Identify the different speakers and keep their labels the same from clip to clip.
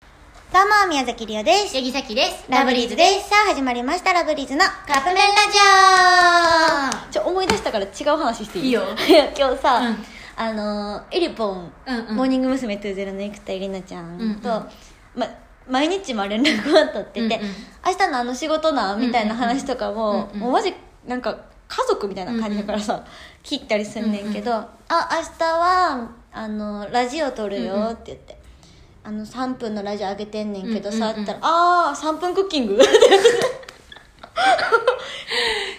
Speaker 1: どうも、宮崎りおです。
Speaker 2: 杉崎です
Speaker 1: ラブリーズです。さあ、始まりました、ラブリーズの。
Speaker 2: カップ麺ラジ
Speaker 1: ちょ、思い出したから違う話していい
Speaker 2: いいよ
Speaker 1: や今日さ、
Speaker 2: うん
Speaker 1: あのー、エリポン、
Speaker 2: うんうん
Speaker 1: モーニング娘。20の生田絵梨奈ちゃんと、
Speaker 2: うんうん
Speaker 1: ま、毎日まあ連絡は取ってて、
Speaker 2: うんうん
Speaker 1: 明日のあの仕事な、みたいな話とかも、
Speaker 2: うんうん
Speaker 1: もうマジ、なんか、家族みたいな感じだからさ、切ったりすんねんけど、あ、明日は、あの、ラジオ撮るよって言って。あの3分のラジオ上げてんねんけどさ、
Speaker 2: うんうんうん
Speaker 1: って言ったら「ああ3分クッキング」 っ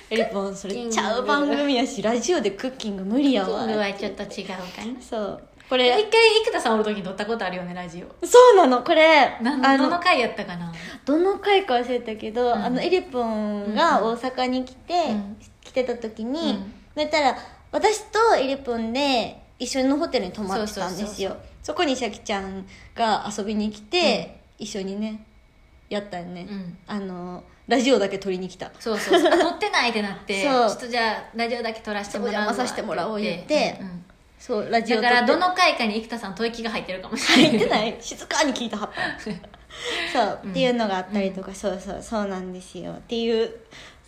Speaker 1: てエリポンそれちゃう番組やしラジオでクッキング無理や
Speaker 2: オ
Speaker 1: わ
Speaker 2: 今はちょっと違うかな
Speaker 1: そうこ
Speaker 2: 一
Speaker 1: れ
Speaker 2: 回生田さんおる時に撮ったことあるよねラジオ
Speaker 1: そうなのこれ
Speaker 2: 何
Speaker 1: あ
Speaker 2: どの
Speaker 1: の
Speaker 2: 回やったかな
Speaker 1: どの回か忘れたけど、
Speaker 2: ん
Speaker 1: あのエリポンが大阪に来て、
Speaker 2: うん
Speaker 1: 来てた時
Speaker 2: う
Speaker 1: に、
Speaker 2: ん
Speaker 1: そしたら私とエリポンで一緒のホテルに泊まってたんですよ
Speaker 2: そうそうそう
Speaker 1: そこにシャキちゃんが遊びに来て、一緒にねやったよね、
Speaker 2: うん
Speaker 1: あのラジオだけ撮りに来た
Speaker 2: そうそうそうあ撮ってないってなってち
Speaker 1: そう
Speaker 2: ょっとじゃあラジオだけ撮らせてもらうわ
Speaker 1: そうお邪魔させてもらおう言って
Speaker 2: うんうん
Speaker 1: そうラジオ
Speaker 2: だ
Speaker 1: 撮っ
Speaker 2: か
Speaker 1: て
Speaker 2: らどの回かに生田さん吐息が入ってるかもしれ
Speaker 1: 入
Speaker 2: ない
Speaker 1: ってない静かに聞いたはった そう、
Speaker 2: うん
Speaker 1: っていうのがあったりとか、そうそうそうなんですよっていう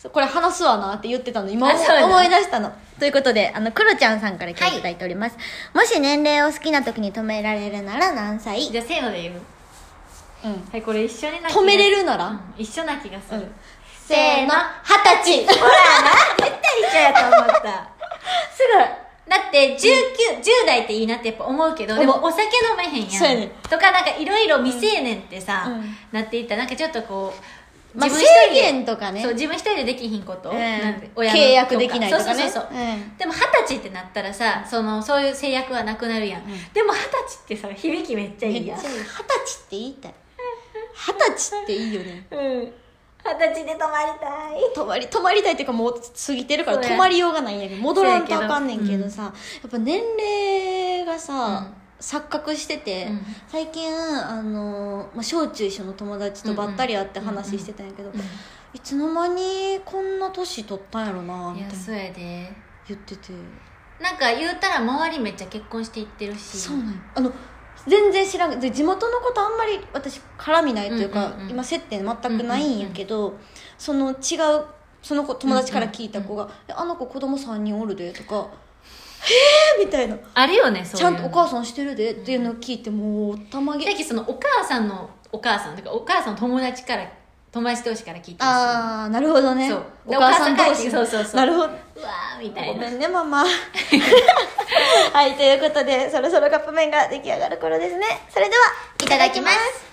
Speaker 1: そうこれ話すわなって言ってたの今
Speaker 2: あそうだ
Speaker 1: 思い出したのということであのクロちゃんさんから今日いただいております、もし年齢を好きな時に止められるなら何歳、うん
Speaker 2: じ、ゃあせーので言うはいこれ一緒にな
Speaker 1: 止めれるな
Speaker 2: な
Speaker 1: ら、
Speaker 2: 一緒な気がする、
Speaker 1: うん
Speaker 2: せー
Speaker 1: 二
Speaker 2: の
Speaker 1: 十歳 すぐ
Speaker 2: 一緒やと思っただって19、10代っていいなってやっぱ思うけど
Speaker 1: 思う
Speaker 2: でもお酒飲めへん
Speaker 1: そうや
Speaker 2: やん
Speaker 1: ねん
Speaker 2: とかなんかいろいろ未成年ってさ、
Speaker 1: うん
Speaker 2: なっていったらなんかちょっとこう、
Speaker 1: まあ
Speaker 2: 自分一人で
Speaker 1: 制限とかね
Speaker 2: そう自分一人でできひんこと、
Speaker 1: うん
Speaker 2: なんで親の
Speaker 1: 契約できないとかね
Speaker 2: そうそうそうそう
Speaker 1: うん
Speaker 2: でも二十歳ってなったらさそのそういう制約はなくなるやん、でも二十歳ってさ響きめっちゃ
Speaker 1: め
Speaker 2: い
Speaker 1: っ
Speaker 2: い
Speaker 1: ちゃ
Speaker 2: やん
Speaker 1: いい二十歳って言いたい二十歳っていいよね
Speaker 2: うん二十歳で泊まりたい
Speaker 1: 泊まり泊まりたいっていうかもう過ぎてるから
Speaker 2: そうや
Speaker 1: 泊まりようがないんやけど戻らんとあかんねんけどさ、やっぱ年齢がさ、
Speaker 2: うん
Speaker 1: 錯覚してて、
Speaker 2: うん
Speaker 1: 最近あの、まあ、小中一緒の友達とばったり会って話してたんやけど、いつの間にこんな年取ったんやろなみたい
Speaker 2: いや
Speaker 1: な
Speaker 2: そうやで
Speaker 1: 言ってて
Speaker 2: なんか言うたら周りめっちゃ結婚していってるし
Speaker 1: そうなんやあの全然知らんで地元のことあんまり私絡みないというか、
Speaker 2: うんうんうん
Speaker 1: 今接点全くないんやけど、その違うその子友達から聞いた子が「えあの子子供3人おるで」とか「えー!」みたいな「
Speaker 2: あるよねそう
Speaker 1: ち
Speaker 2: いう
Speaker 1: ゃ
Speaker 2: の
Speaker 1: んとお母さんしてるで」っていうのを聞いてもうたまげ
Speaker 2: さっきそのお母さんのお母さんとかお母さんの友達から友達同士から聞いてあ
Speaker 1: ああなるほどね
Speaker 2: そう
Speaker 1: お母さん同
Speaker 2: お
Speaker 1: 士
Speaker 2: 母さんから聞いてそうそうそう
Speaker 1: なるほど
Speaker 2: うわーみた
Speaker 1: ご
Speaker 2: いな
Speaker 1: めんねマ マはいということでそろそろカップ麺が出来上がる頃ですねそれではい
Speaker 2: ただきます